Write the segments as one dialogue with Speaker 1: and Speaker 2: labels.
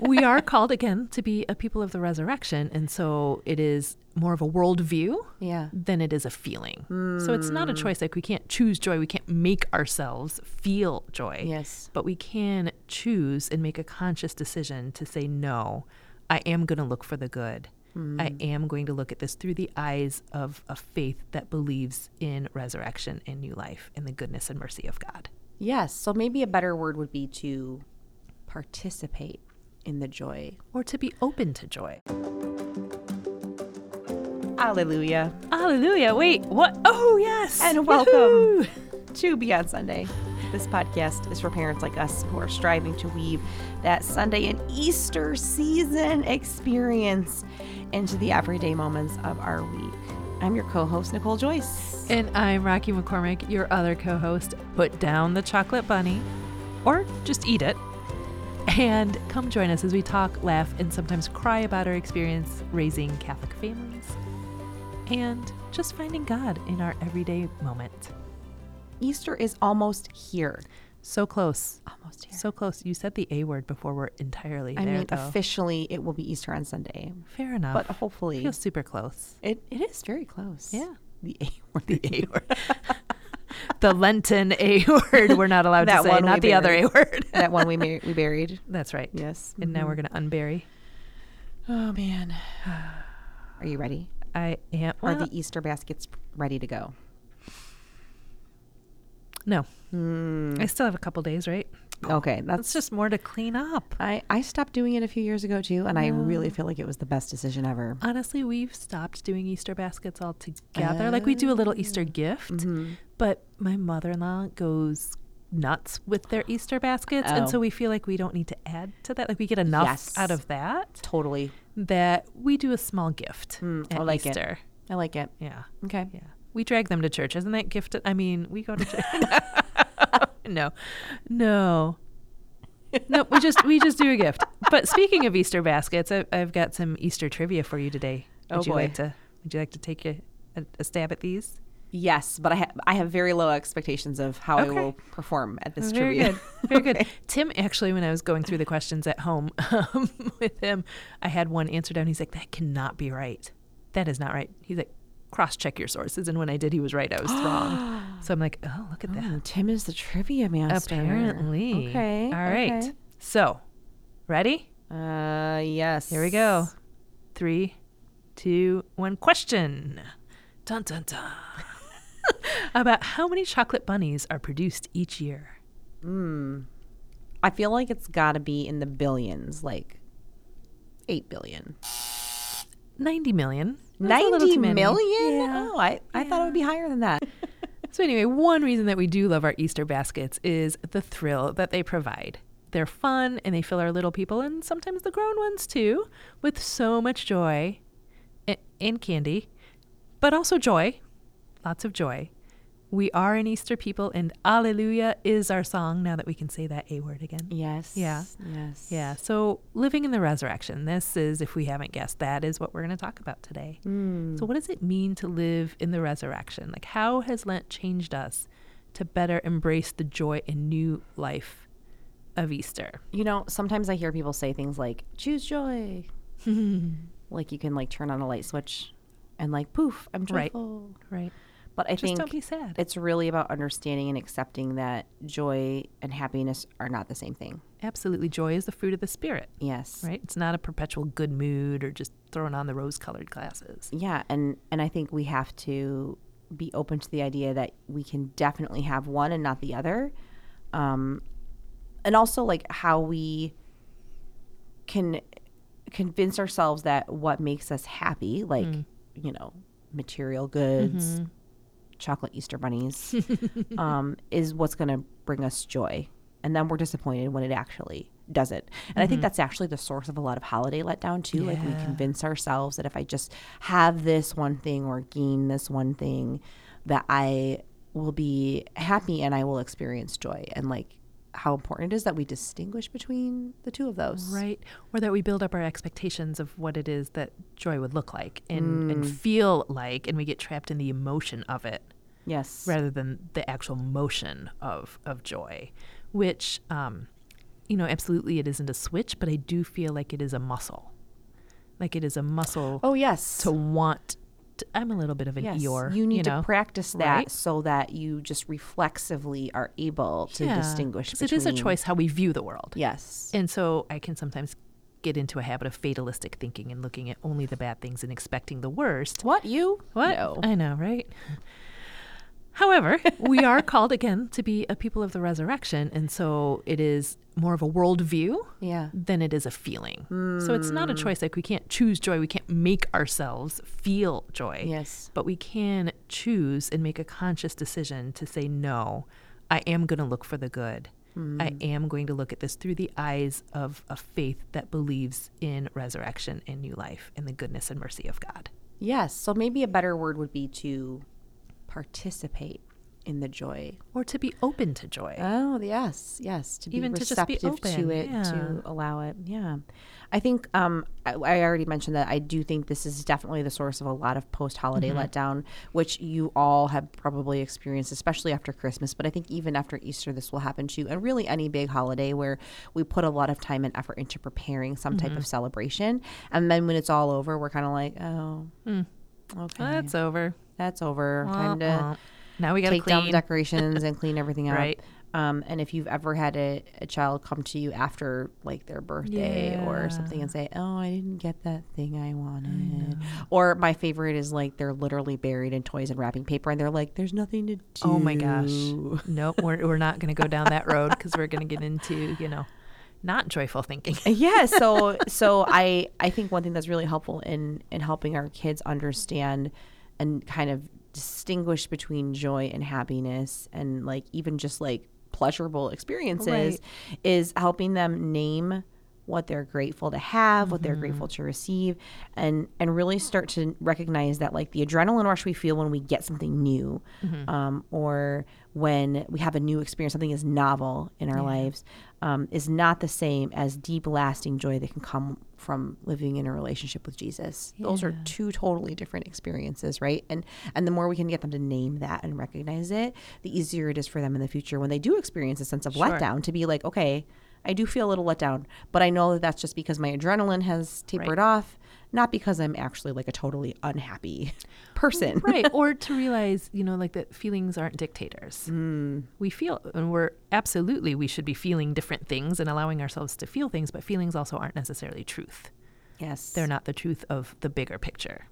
Speaker 1: we are called again to be a people of the resurrection. And so it is more of a worldview
Speaker 2: Yeah. Hmm.
Speaker 1: than it is a feeling. So it's not a choice. Like we can't choose joy. We can't make ourselves feel joy.
Speaker 2: Yes.
Speaker 1: But we can choose and make a conscious decision to say, no, I am going to look for the good. I
Speaker 2: Hmm.
Speaker 1: am going to look at this through the eyes of a faith that believes in resurrection and new life and the goodness and mercy of God.
Speaker 2: Yes. So maybe a better word would be to participate in the joy.
Speaker 1: Or to be open to joy.
Speaker 2: Hallelujah.
Speaker 1: Hallelujah. Wait, what? Oh, yes.
Speaker 2: And welcome.
Speaker 1: Woohoo.
Speaker 2: to Beyond Sunday. This podcast is for parents like us who are striving to weave that Sunday and Easter season experience into the everyday moments of our week. I'm your co host, Nicole Joyce.
Speaker 1: And I'm Rocky McCormick, your other co host. Put down the chocolate bunny, or just eat it. And come join us as we talk, laugh, and sometimes cry about our experience raising Catholic families and just finding God in our everyday moment.
Speaker 2: Easter is almost here.
Speaker 1: So close.
Speaker 2: Almost here.
Speaker 1: So close. You said the A word before we're entirely
Speaker 2: I
Speaker 1: there,
Speaker 2: mean,
Speaker 1: though.
Speaker 2: officially, it will be Easter on Sunday,
Speaker 1: Fair enough.
Speaker 2: but hopefully,
Speaker 1: feels super close.
Speaker 2: it, it is very close.
Speaker 1: Yeah.
Speaker 2: The A word. The A word.
Speaker 1: The Lenten A word we're not allowed to
Speaker 2: That
Speaker 1: say,
Speaker 2: one we
Speaker 1: not the other
Speaker 2: buried.
Speaker 1: A word.
Speaker 2: that one we, mar- we buried.
Speaker 1: That's right.
Speaker 2: Yes.
Speaker 1: And now we're
Speaker 2: Mm-hmm.
Speaker 1: going to unbury.
Speaker 2: Oh, man. Are you ready?
Speaker 1: I am.
Speaker 2: Are
Speaker 1: well,
Speaker 2: the e- Easter baskets ready to go?
Speaker 1: No. I still have a couple days, right?
Speaker 2: Okay, Mm.
Speaker 1: That's
Speaker 2: that's
Speaker 1: Hmm. just more to clean up.
Speaker 2: I I stopped doing it a few years ago too, and I really feel like it was the best decision ever.
Speaker 1: Honestly, we've stopped doing Easter baskets altogether. like we do a little
Speaker 2: Oh.
Speaker 1: Easter gift,
Speaker 2: Mm-hmm.
Speaker 1: but my mother in law goes nuts with their Easter baskets.
Speaker 2: Oh.
Speaker 1: And so we feel like we don't need to add to that. Like we get enough
Speaker 2: Yes.
Speaker 1: out of that
Speaker 2: Totally,
Speaker 1: that we do a small gift
Speaker 2: Mm, I
Speaker 1: at
Speaker 2: like it.
Speaker 1: Easter.
Speaker 2: I like it.
Speaker 1: Yeah.
Speaker 2: Okay,
Speaker 1: Yeah. We drag them to church. Isn't that gifted? I mean, we go to church. no. No. No, we just we just do a gift. But speaking of Easter baskets, I, I've got some Easter trivia for you today.
Speaker 2: Oh,
Speaker 1: Would you
Speaker 2: boy.
Speaker 1: like to Would you like to take a, a, a stab at these?
Speaker 2: yes, but I ha- I have very low expectations of how I
Speaker 1: Okay.
Speaker 2: will perform at this
Speaker 1: Very
Speaker 2: trivia.
Speaker 1: good. Very good. Tim actually, when I was going through the questions at home um, with him, I had one answer down. He's like, "That cannot be right. That is not right." He's like, "Cross check your sources." And when I did, he was right. I was wrong. So I'm like, "Oh, look at that."
Speaker 2: Oh, Tim is the trivia master.
Speaker 1: Apparently.
Speaker 2: Okay.
Speaker 1: All right. So, ready?
Speaker 2: Uh, yes.
Speaker 1: Here we go. Three, two, one. Question. Dun dun dun. About how many chocolate bunnies are produced each year?
Speaker 2: I feel like it's got to be in the billions, like eight billion.
Speaker 1: 90 million. That's a little
Speaker 2: Ninety
Speaker 1: too many.
Speaker 2: million?
Speaker 1: Yeah.
Speaker 2: Oh, I, I thought it would be higher than that.
Speaker 1: So, anyway, one reason that we do love our Easter baskets is the thrill that they provide. They're fun and they fill our little people and sometimes the grown ones too with so much joy a- and candy, but also joy. Lots of joy. We are an Easter people and Alleluia is our song now that we can say that A word again.
Speaker 2: yes.
Speaker 1: Yeah.
Speaker 2: Yes.
Speaker 1: Yeah, so living in the resurrection, this is, if we haven't guessed, that is what we're going to talk about today. So,
Speaker 2: Mm.
Speaker 1: what does it mean to live in the resurrection? Like, how has Lent changed us to better embrace the joy and new life of Easter?
Speaker 2: You know, sometimes I hear people say things like "choose joy," like you can like turn on a light switch, and like poof, I'm
Speaker 1: Right.
Speaker 2: joyful.
Speaker 1: Right.
Speaker 2: But I
Speaker 1: Just don't
Speaker 2: think
Speaker 1: be sad.
Speaker 2: it's really about understanding and accepting that joy and happiness are not the same thing.
Speaker 1: Absolutely. Joy is the fruit of the Spirit,
Speaker 2: Yes.
Speaker 1: right? It's not a perpetual good mood or just throwing on the rose colored glasses.
Speaker 2: Yeah, and and I think we have to be open to the idea that we can definitely have one and not the other, um, and also like how we can convince ourselves that what makes us happy, like you know, material goods, chocolate Easter bunnies, um, is what's going to bring us joy. And then we're disappointed when it actually doesn't. And I think that's actually the source of a lot of holiday letdown, too. Like, we
Speaker 1: Yeah.
Speaker 2: convince ourselves that if I just have this one thing or gain this one thing, that I will be happy and I will experience joy. And, like, how important it is that we distinguish between the two of those.
Speaker 1: Right. Or that we build up our expectations of what it is that joy would look like and,
Speaker 2: Mm.
Speaker 1: and feel like, and we get trapped in the emotion of it
Speaker 2: Yes.
Speaker 1: rather than the actual motion of, of joy, which um, you know, absolutely it isn't a switch, but I do feel like it is a muscle. Like it is a muscle
Speaker 2: Oh yes.
Speaker 1: to want. To, I'm a little bit of an
Speaker 2: Yes.
Speaker 1: eeyore.
Speaker 2: you need
Speaker 1: know?
Speaker 2: to practice that
Speaker 1: right?
Speaker 2: so that you just reflexively are able to
Speaker 1: Yeah,
Speaker 2: distinguish
Speaker 1: 'cause
Speaker 2: between.
Speaker 1: It is a choice how we view the world.
Speaker 2: Yes.
Speaker 1: And so I can sometimes get into a habit of fatalistic thinking and looking at only the bad things and expecting the worst.
Speaker 2: what you?
Speaker 1: What?
Speaker 2: No.
Speaker 1: I know, right? However, we are called again to be a people of the resurrection. And so it is more of a worldview
Speaker 2: Yeah. Hmm.
Speaker 1: than it is a feeling. So it's not a choice. Like we can't choose joy. We can't make ourselves feel joy.
Speaker 2: Yes.
Speaker 1: But we can choose and make a conscious decision to say, no, I am going to look for the good.
Speaker 2: Hmm.
Speaker 1: I am going to look at this through the eyes of a faith that believes in resurrection and new life and the goodness and mercy of God.
Speaker 2: Yes. So maybe a better word would be to participate in the joy.
Speaker 1: Or to be open to joy.
Speaker 2: Oh, yes, yes. To be
Speaker 1: Even to just be
Speaker 2: receptive to,
Speaker 1: open,
Speaker 2: it,
Speaker 1: yeah.
Speaker 2: to allow it. Yeah, I think um, I, I already mentioned that I do think this is definitely the source of a lot of post-holiday
Speaker 1: Mm-hmm.
Speaker 2: letdown, which you all have probably experienced, especially after Christmas. But I think even after Easter, this will happen to you, and really any big holiday where we put a lot of time and effort into preparing some
Speaker 1: Mm-hmm.
Speaker 2: type of celebration, and then when it's all over, we're kind of like, oh, okay,
Speaker 1: Well, that's over.
Speaker 2: that's over.
Speaker 1: Wah,
Speaker 2: Time to
Speaker 1: wah. now we got to
Speaker 2: take down the
Speaker 1: clean.
Speaker 2: decorations and clean everything up.
Speaker 1: Right.
Speaker 2: Um, and if you've ever had a, a child come to you after like their birthday
Speaker 1: Yeah.
Speaker 2: or something and say, "Oh, I didn't get that thing I wanted," or my favorite is like they're literally buried in toys and wrapping paper, and they're like, "There's nothing to do."
Speaker 1: oh my gosh. Nope, we're, we're not going to go down that road because we're going to get into, you know, not joyful thinking.
Speaker 2: Uh, yeah so so i i think one thing that's really helpful in in helping our kids understand and kind of distinguish between joy and happiness and like even just like pleasurable experiences
Speaker 1: Right.
Speaker 2: is helping them name what they're grateful to have what they're grateful to receive and and really start to recognize that like the adrenaline rush we feel when we get something new um, or when we have a new experience something is novel in our lives um, is not the same as deep lasting joy that can come from living in a relationship with jesus those are two totally different experiences right and and the more we can get them to name that and recognize it the easier it is for them in the future when they do experience a sense of letdown to be like okay I do feel a little let down, but I know that that's just because my adrenaline has tapered off, not because I'm actually like a totally unhappy person.
Speaker 1: right or to realize you know like that feelings aren't dictators we feel and we're absolutely we should be feeling different things and allowing ourselves to feel things but feelings also aren't necessarily truth
Speaker 2: Yes.
Speaker 1: they're not the truth of the bigger picture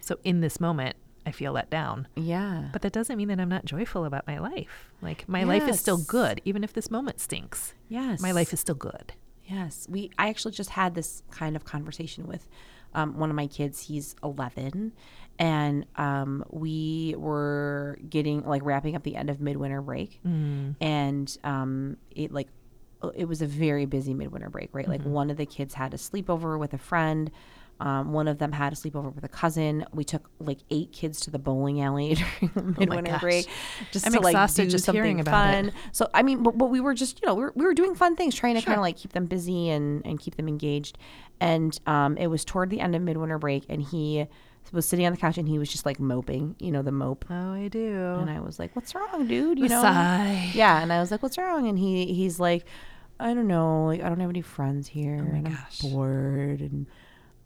Speaker 1: so in this moment i feel let down
Speaker 2: Yeah.
Speaker 1: but that doesn't mean that i'm not joyful about my life like my life is still
Speaker 2: Yes.
Speaker 1: good even if this moment stinks
Speaker 2: yes.
Speaker 1: my life is still good
Speaker 2: Yes, we. I actually just had this kind of conversation with um, one of my kids. He's 11, and um, we were getting like wrapping up the end of midwinter break, and um, it like uh, it was a very busy midwinter break, right? Like one of the kids had a sleepover with a friend. Um, one of them had a sleepover with a cousin. We took like eight kids to the bowling alley during midwinter
Speaker 1: gosh.
Speaker 2: break, just
Speaker 1: I'm
Speaker 2: to like
Speaker 1: exhausted
Speaker 2: do
Speaker 1: just
Speaker 2: something
Speaker 1: hearing about it.
Speaker 2: fun. So I mean, but, but we were just you know we were, we were doing fun things, trying to kind of like keep them busy and and keep them engaged. And um, it was toward the end of midwinter break, and he was sitting on the couch and he was just like moping, you know, the mope.
Speaker 1: oh i do
Speaker 2: And I was like, "What's wrong, dude?" You
Speaker 1: you
Speaker 2: know.
Speaker 1: sigh
Speaker 2: Yeah, and I was like, "What's wrong?" And he he's like, "I don't know. Like, I don't have any friends here. and
Speaker 1: Oh gosh.
Speaker 2: I'm bored, and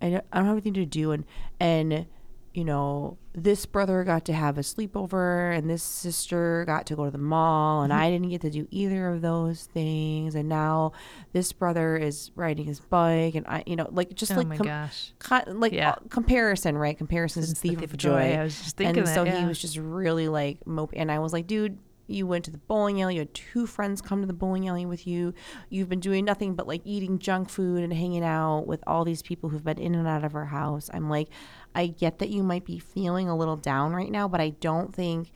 Speaker 2: I don't, I don't have anything to do." And and you know, this brother got to have a sleepover, and this sister got to go to the mall,
Speaker 1: Mm-hmm.
Speaker 2: and I didn't get to do either of those things. And now this brother is riding his bike, and I, you know, like just
Speaker 1: oh
Speaker 2: like
Speaker 1: my
Speaker 2: com-
Speaker 1: gosh
Speaker 2: con- like
Speaker 1: Yeah.
Speaker 2: uh, comparison, right? Comparison is the thief of joy.
Speaker 1: I was just thinking
Speaker 2: and
Speaker 1: that,
Speaker 2: so
Speaker 1: yeah.
Speaker 2: he was just really like mope. And I was like, dude, you went to the bowling alley. You had two friends come to the bowling alley with you. You've been doing nothing but like eating junk food and hanging out with all these people who've been in and out of our house. I'm like, I get that you might be feeling a little down right now, but I don't think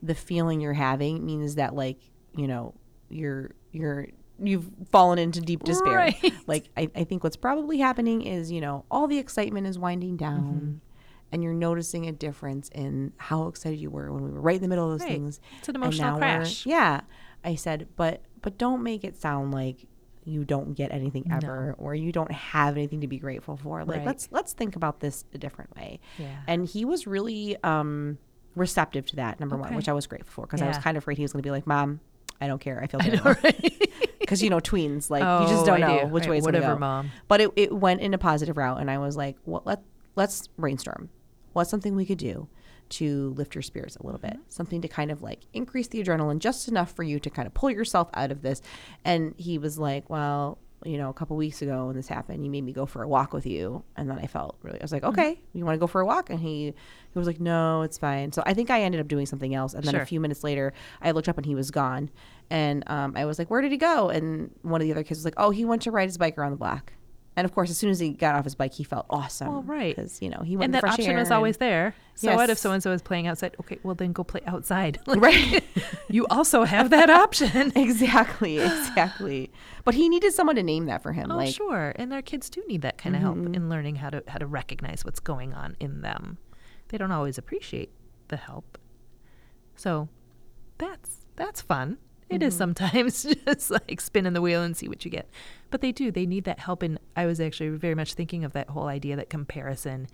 Speaker 2: the feeling you're having means that like you know you're you're you've fallen into deep despair
Speaker 1: Right.
Speaker 2: like I, I think what's probably happening is you know all the excitement is winding down
Speaker 1: Mm-hmm.
Speaker 2: and you're noticing a difference in how excited you were when we were right in the middle of those
Speaker 1: Right.
Speaker 2: things
Speaker 1: It's an
Speaker 2: and
Speaker 1: emotional
Speaker 2: now we're-
Speaker 1: crash.
Speaker 2: yeah i said but but don't make it sound like you don't get anything ever or you don't have anything to be grateful for like
Speaker 1: Right.
Speaker 2: let's let's think about this a different way
Speaker 1: Yeah.
Speaker 2: and he was really um receptive to that number one
Speaker 1: Okay.
Speaker 2: which i was grateful for because i was
Speaker 1: Yeah.
Speaker 2: kind of afraid he was going to be like mom i don't care i feel good
Speaker 1: All right.
Speaker 2: because you know tweens like you
Speaker 1: Oh,
Speaker 2: just don't
Speaker 1: I
Speaker 2: know
Speaker 1: do.
Speaker 2: which
Speaker 1: Right,
Speaker 2: way it's
Speaker 1: whatever,
Speaker 2: gonna go.
Speaker 1: Mom.
Speaker 2: But it, it went in a positive route, and I was like, well, let let's brainstorm. What's something we could do to lift your spirits a little bit?
Speaker 1: Mm-hmm.
Speaker 2: Something to kind of like increase the adrenaline just enough for you to kind of pull yourself out of this. And he was like, well. You know, a couple weeks ago when this happened, you made me go for a walk with you, and then I felt really. I was
Speaker 1: Mm-hmm.
Speaker 2: like, "Okay, you want to go for a walk?" And he, he was like, "No, it's fine." So I think I ended up doing something else, and then
Speaker 1: Sure.
Speaker 2: a few minutes later, I looked up and he was gone, and um, I was like, "Where did he go?" And one of the other kids was like, "Oh, he went to ride his bike around the block." And of course, as soon as he got off his bike, he felt awesome.
Speaker 1: Well, right.
Speaker 2: Because, you know, he
Speaker 1: and
Speaker 2: went in
Speaker 1: that
Speaker 2: fresh
Speaker 1: option
Speaker 2: air
Speaker 1: was
Speaker 2: and-
Speaker 1: always there. So what if
Speaker 2: Yes.
Speaker 1: so and so is playing outside? Okay, well then go play outside. Like,
Speaker 2: Right.
Speaker 1: you also have that option.
Speaker 2: Exactly, exactly. But he needed someone to name that for him.
Speaker 1: Oh,
Speaker 2: like, Mm-hmm.
Speaker 1: sure. And our kids do need that kind of help in learning how to how to recognize what's going on in them. They don't always appreciate the help. So that's that's fun. It
Speaker 2: Mm-hmm.
Speaker 1: is sometimes just like spinning the wheel and see what you get. But they do. They need that help and I was actually very much thinking of that whole idea that comparison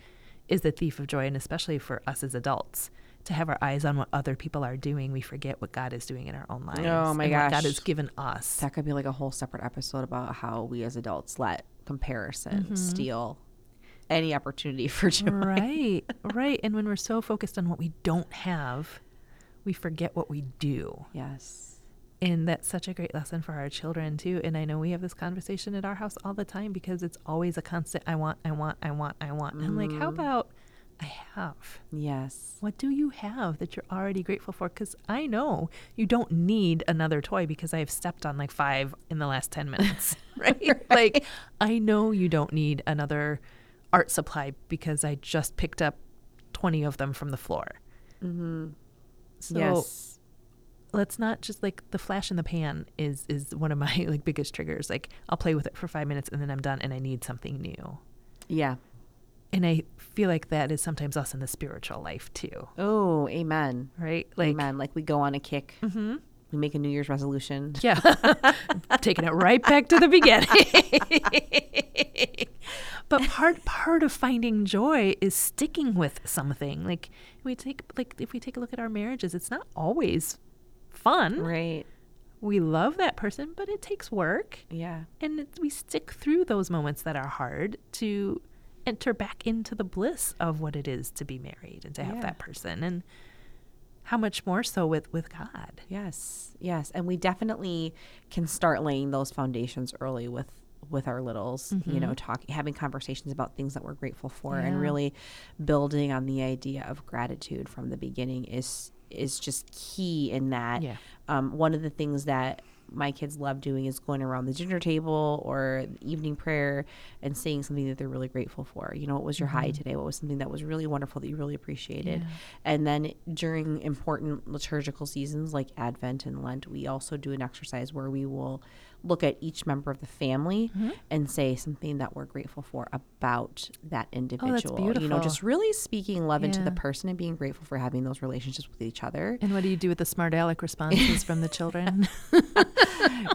Speaker 1: is the thief of joy and especially for us as adults to have our eyes on what other people are doing, we forget what God is doing in our own lives.
Speaker 2: Oh, my
Speaker 1: and what God
Speaker 2: gosh.
Speaker 1: has given us.
Speaker 2: that could be like a whole separate episode about how we as adults let comparison
Speaker 1: Mm-hmm.
Speaker 2: steal any opportunity for joy.
Speaker 1: Right, right. And when we're so focused on what we don't have, we forget what we do.
Speaker 2: Yes.
Speaker 1: And that's such a great lesson for our children, too. And I know we have this conversation at our house all the time because it's always a constant I want, I want, I want, I want. And I'm like, how about I have?
Speaker 2: Yes.
Speaker 1: What do you have that you're already grateful for? Because I know you don't need another toy because I have stepped on like five in the last 10 minutes, right? Like, I know you don't need another art supply because I just picked up 20 of them from the floor. Mm-hmm. So
Speaker 2: yes.
Speaker 1: let's not just like the flash in the pan is is one of my like biggest triggers. Like I'll play with it for five minutes and then I'm done and I need something new.
Speaker 2: Yeah.
Speaker 1: And I feel like that is sometimes us in the spiritual life too,
Speaker 2: Oh, amen.
Speaker 1: right? Like
Speaker 2: amen. Like we go on a kick. Mm-hmm. We make a New Year's resolution.
Speaker 1: Yeah. Taking it right back to the beginning. but part part of finding joy is sticking with something. Like we take like if we take a look at our marriages, it's not always fun.
Speaker 2: Right.
Speaker 1: We love that person, but it takes work.
Speaker 2: Yeah.
Speaker 1: And it, we stick through those moments that are hard to enter back into the bliss of what it is to be married and to have
Speaker 2: Yeah.
Speaker 1: that person and how much more so with with God.
Speaker 2: Yes, yes, and we definitely can start laying those foundations early with with our littles. You know, talking, having conversations about things that we're grateful for, and really building on the idea of gratitude from the beginning is is just key in that.
Speaker 1: Yeah.
Speaker 2: Um, one of the things that my kids love doing is going around the dinner table or evening prayer and saying something that they're really grateful for. You know, what was your high today? What was something that was really wonderful that you really appreciated? And then during important liturgical seasons like Advent and Lent, we also do an exercise where we will look at each member of the family and say something that we're grateful for about that individual. You know,
Speaker 1: Oh, beautiful.
Speaker 2: just really speaking love into the
Speaker 1: Yeah.
Speaker 2: person and being grateful for having those relationships with each other.
Speaker 1: And what do you do with the smart aleck responses from the children?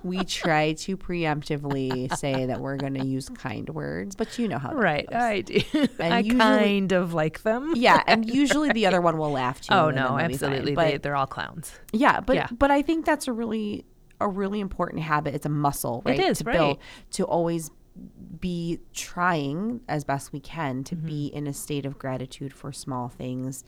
Speaker 2: we try to preemptively say that we're going to use kind words, but you know how that
Speaker 1: right,
Speaker 2: goes.
Speaker 1: I do.
Speaker 2: And
Speaker 1: I
Speaker 2: usually-
Speaker 1: kind of like them.
Speaker 2: yeah, and usually the other one will laugh too.
Speaker 1: Oh
Speaker 2: and then
Speaker 1: no,
Speaker 2: they'll be fine.
Speaker 1: absolutely.
Speaker 2: But
Speaker 1: they, they're all clowns.
Speaker 2: Yeah, but
Speaker 1: Yeah.
Speaker 2: but I think that's a really a really important habit. It's a muscle, right?
Speaker 1: is,
Speaker 2: to
Speaker 1: right.
Speaker 2: to always be trying as best we can to be
Speaker 1: Mm-hmm.
Speaker 2: in a state of gratitude for small things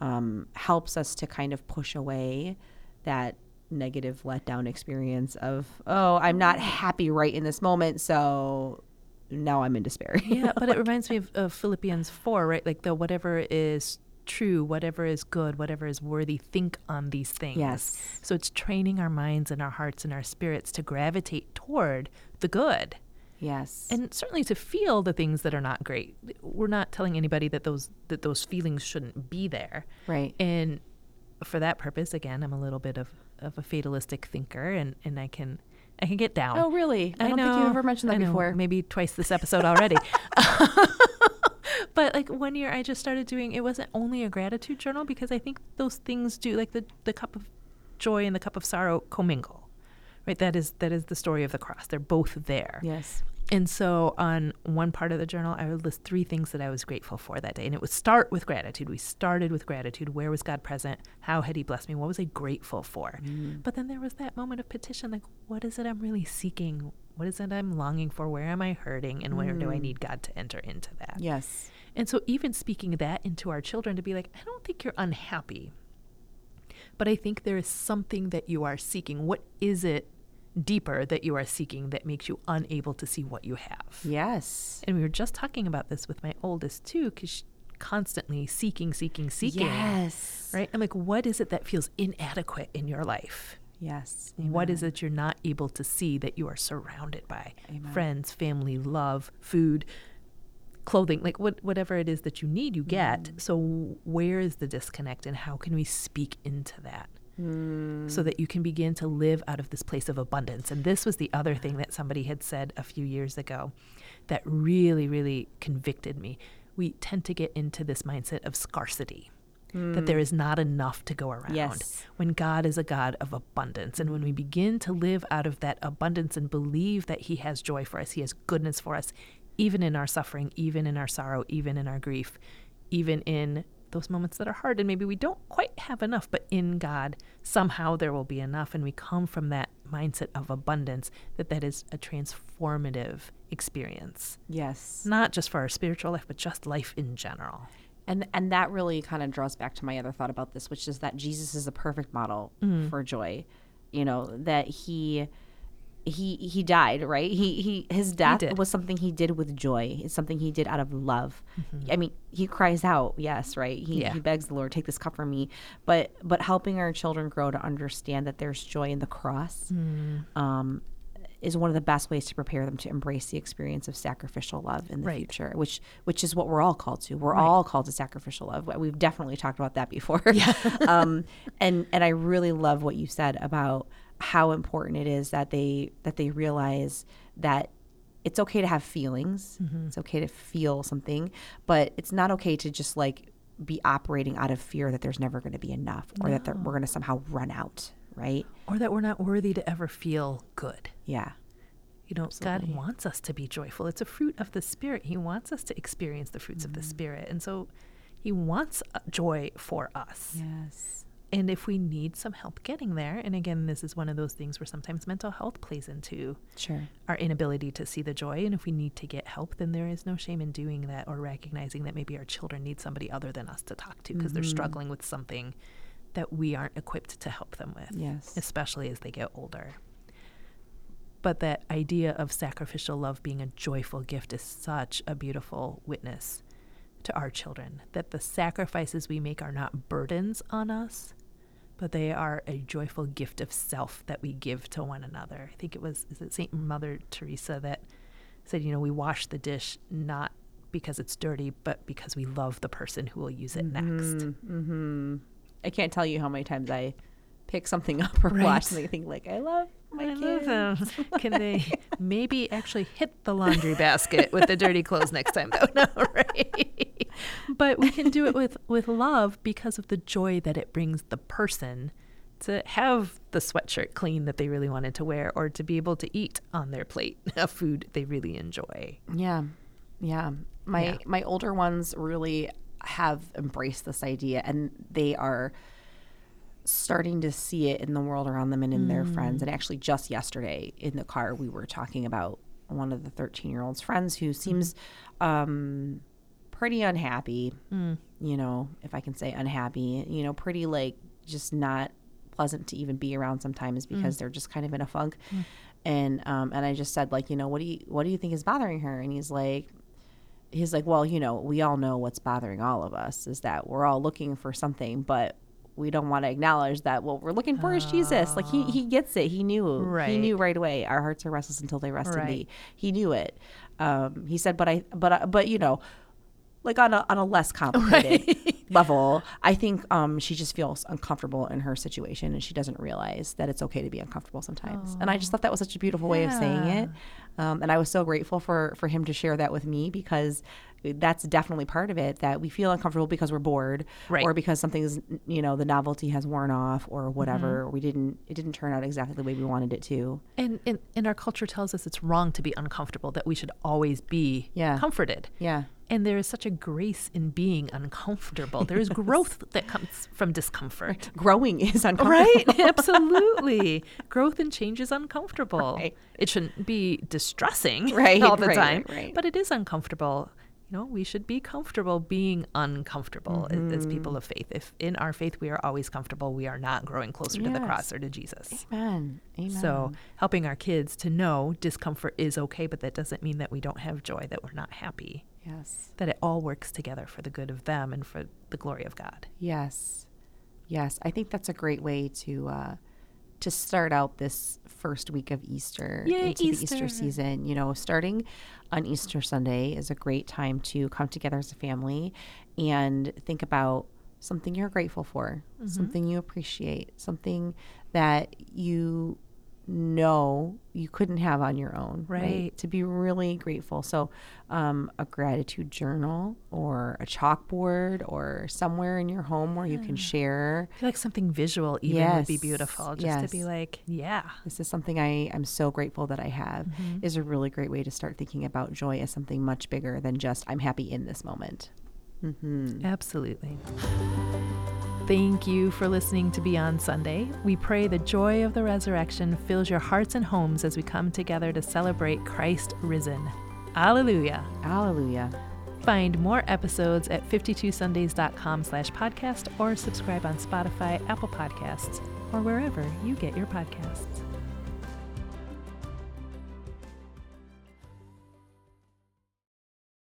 Speaker 2: um, helps us to kind of push away that negative letdown experience of oh I'm not
Speaker 1: Mm.
Speaker 2: happy right in this moment so now I'm in despair.
Speaker 1: Yeah, but it reminds me of, of Philippians four, right? Like the whatever is true, whatever is good, whatever is worthy, think on these things.
Speaker 2: Yes.
Speaker 1: So it's training our minds and our hearts and our spirits to gravitate toward the good.
Speaker 2: yes.
Speaker 1: and certainly to feel the things that are not great we're not telling anybody that those that those feelings shouldn't be there
Speaker 2: Right.
Speaker 1: and for that purpose again i'm a little bit of of a fatalistic thinker and and i can i can get down
Speaker 2: oh really? I, don't think you
Speaker 1: know,
Speaker 2: ever mentioned that
Speaker 1: I know,
Speaker 2: before.
Speaker 1: Maybe twice this episode already. but like one year I just started doing it wasn't only a gratitude journal because I think those things do like the, the cup of joy and the cup of sorrow commingle. Right? That is that is the story of the cross. They're both there.
Speaker 2: Yes.
Speaker 1: And so on one part of the journal, I would list three things that I was grateful for that day. And it would start with gratitude. We started with gratitude. Where was God present? How had He blessed me? What was I grateful for? But then there was that moment of petition like, what is it I'm really seeking? What is it I'm longing for? Where am I hurting? And where do I need God to enter into that?
Speaker 2: Yes.
Speaker 1: And so, even speaking that into our children to be like, I don't think you're unhappy, but I think there is something that you are seeking. What is it deeper that you are seeking that makes you unable to see what you have?
Speaker 2: Yes.
Speaker 1: And we were just talking about this with my oldest too, because she's constantly seeking, seeking, seeking.
Speaker 2: Yes.
Speaker 1: Right? I'm like, what is it that feels inadequate in your life?
Speaker 2: Yes.
Speaker 1: What is it you're not able to see that you are surrounded by?
Speaker 2: Amen.
Speaker 1: Friends, family, love, food, clothing, like what, whatever it is that you need, you get. So, where is the disconnect, and how can we speak into that? So that you can begin to live out of this place of abundance. And this was the other thing that somebody had said a few years ago that really, really convicted me. We tend to get into this mindset of scarcity, that there is not enough to go around
Speaker 2: Yes.
Speaker 1: when God is a God of abundance. And when we begin to live out of that abundance and believe that He has joy for us, He has goodness for us, even in our suffering, even in our sorrow, even in our grief, even in those moments that are hard and maybe we don't quite have enough, but in God, somehow there will be enough. And we come from that mindset of abundance that that is a transformative experience,
Speaker 2: Yes.
Speaker 1: not just for our spiritual life, but just life in general.
Speaker 2: And and that really kind of draws back to my other thought about this, which is that Jesus is the perfect model for joy. You know, that he he he died, right? He he his death
Speaker 1: did.
Speaker 2: was something he did with joy. It's something he did out of love. I mean, he cries out, yes, right? He
Speaker 1: Yeah.
Speaker 2: he begs the Lord, take this cup from me. But but helping our children grow to understand that there's joy in the cross. Um is one of the best ways to prepare them to embrace the experience of sacrificial love in the
Speaker 1: Right.
Speaker 2: future, which which is what we're all called to. We're all called to sacrificial love. We've definitely talked about that before. um, and and I really love what you said about how important it is that they that they realize that it's okay to have feelings. It's okay to feel something, but it's not okay to just like be operating out of fear that there's never going to be enough or that there- we're going to somehow run out. Right?
Speaker 1: Or that we're not worthy to ever feel good.
Speaker 2: Yeah.
Speaker 1: You know, God wants us to be joyful. It's a fruit of the Spirit. He wants us to experience the fruits of the Spirit. And so He wants uh, joy for us.
Speaker 2: Yes.
Speaker 1: And if we need some help getting there, and again, this is one of those things where sometimes mental health plays into
Speaker 2: Sure.
Speaker 1: our inability to see the joy. And if we need to get help, then there is no shame in doing that or recognizing that maybe our children need somebody other than us to talk to because they're struggling with something that we aren't equipped to help them with
Speaker 2: Yes.
Speaker 1: especially as they get older. But that idea of sacrificial love being a joyful gift is such a beautiful witness to our children that the sacrifices we make are not burdens on us, but they are a joyful gift of self that we give to one another. I think it was is it Saint Mother Teresa that said, you know, we wash the dish not because it's dirty, but because we love the person who will use it next.
Speaker 2: Mm-hmm. I can't tell you how many times I pick something up or
Speaker 1: Right.
Speaker 2: watch something and think like, I love my
Speaker 1: I
Speaker 2: kids.
Speaker 1: love them. Can they maybe actually hit the laundry basket with the dirty clothes next time, though? No, right? but we can do it with with love because of the joy that it brings the person to have the sweatshirt clean that they really wanted to wear, or to be able to eat on their plate a food they really enjoy.
Speaker 2: Yeah. Yeah. My
Speaker 1: Yeah.
Speaker 2: my older ones really have embraced this idea and they are starting to see it in the world around them and in their friends. And actually just yesterday in the car we were talking about one of the 13-year-old's friends who seems um pretty unhappy. You know, if I can say unhappy, you know, pretty like just not pleasant to even be around sometimes because they're just kind of in a funk. And um and I just said like, you know, what do you what do you think is bothering her? And he's like he's like, well, you know, we all know what's bothering all of us is that we're all looking for something, but we don't want to acknowledge that what we're looking for is Jesus. Like he, he gets it. He knew. He
Speaker 1: Right.
Speaker 2: knew right away. Our hearts are restless until they rest
Speaker 1: Right.
Speaker 2: in thee. He knew it. Um, he said, but I, but I, but you know, like on a on a less complicated level, I think um, she just feels uncomfortable in her situation, and she doesn't realize that it's okay to be uncomfortable sometimes. And I just thought that was such a beautiful way of saying
Speaker 1: Yeah.
Speaker 2: it, um, and I was so grateful for for him to share that with me because that's definitely part of it that we feel uncomfortable because we're bored
Speaker 1: Right.
Speaker 2: or because something's you know the novelty has worn off or whatever
Speaker 1: Mm-hmm.
Speaker 2: or we didn't it didn't turn out exactly the way we wanted it to
Speaker 1: And, and and our culture tells us it's wrong to be uncomfortable, that we should always be
Speaker 2: Yeah.
Speaker 1: comforted.
Speaker 2: yeah
Speaker 1: And there is such a grace in being uncomfortable. There is growth that comes from discomfort.
Speaker 2: growing is uncomfortable
Speaker 1: Right? Absolutely. growth and change is uncomfortable.
Speaker 2: Right.
Speaker 1: It shouldn't be distressing
Speaker 2: Right,
Speaker 1: all the
Speaker 2: right,
Speaker 1: time,
Speaker 2: right, right.
Speaker 1: but it is uncomfortable. You know, we should be comfortable being uncomfortable a- as,
Speaker 2: Mm-hmm.
Speaker 1: people of faith. If in our faith we are always comfortable, we are not growing closer to the
Speaker 2: Yes.
Speaker 1: cross or to Jesus.
Speaker 2: amen amen
Speaker 1: So, helping our kids to know discomfort is okay, but that doesn't mean that we don't have joy, that we're not happy,
Speaker 2: yes
Speaker 1: that it all works together for the good of them and for the glory of God.
Speaker 2: yes yes i think that's a great way to uh to start out this first week of easter
Speaker 1: Yay,
Speaker 2: into the easter
Speaker 1: Easter.
Speaker 2: season you know starting on easter sunday is a great time to come together as a family and think about something you're grateful for something you appreciate something that you know you couldn't have on your own
Speaker 1: Right.
Speaker 2: to be really grateful. So, um, a gratitude journal or a chalkboard or somewhere in your home where you can share.
Speaker 1: I feel like something visual even would be
Speaker 2: Yes,
Speaker 1: beautiful, just to be
Speaker 2: yes.
Speaker 1: like, yeah,
Speaker 2: This is something I am so grateful that I have. Is a really great way to start thinking about joy as something much bigger than just I'm happy in this moment. Mm-hmm.
Speaker 1: absolutely. Thank you for listening to Beyond Sunday. We pray the joy of the resurrection fills your hearts and homes as we come together to celebrate Christ risen. Alleluia.
Speaker 2: Hallelujah.
Speaker 1: Find more episodes at 52sundays.com slash podcast or subscribe on Spotify, Apple Podcasts, or wherever you get your podcasts.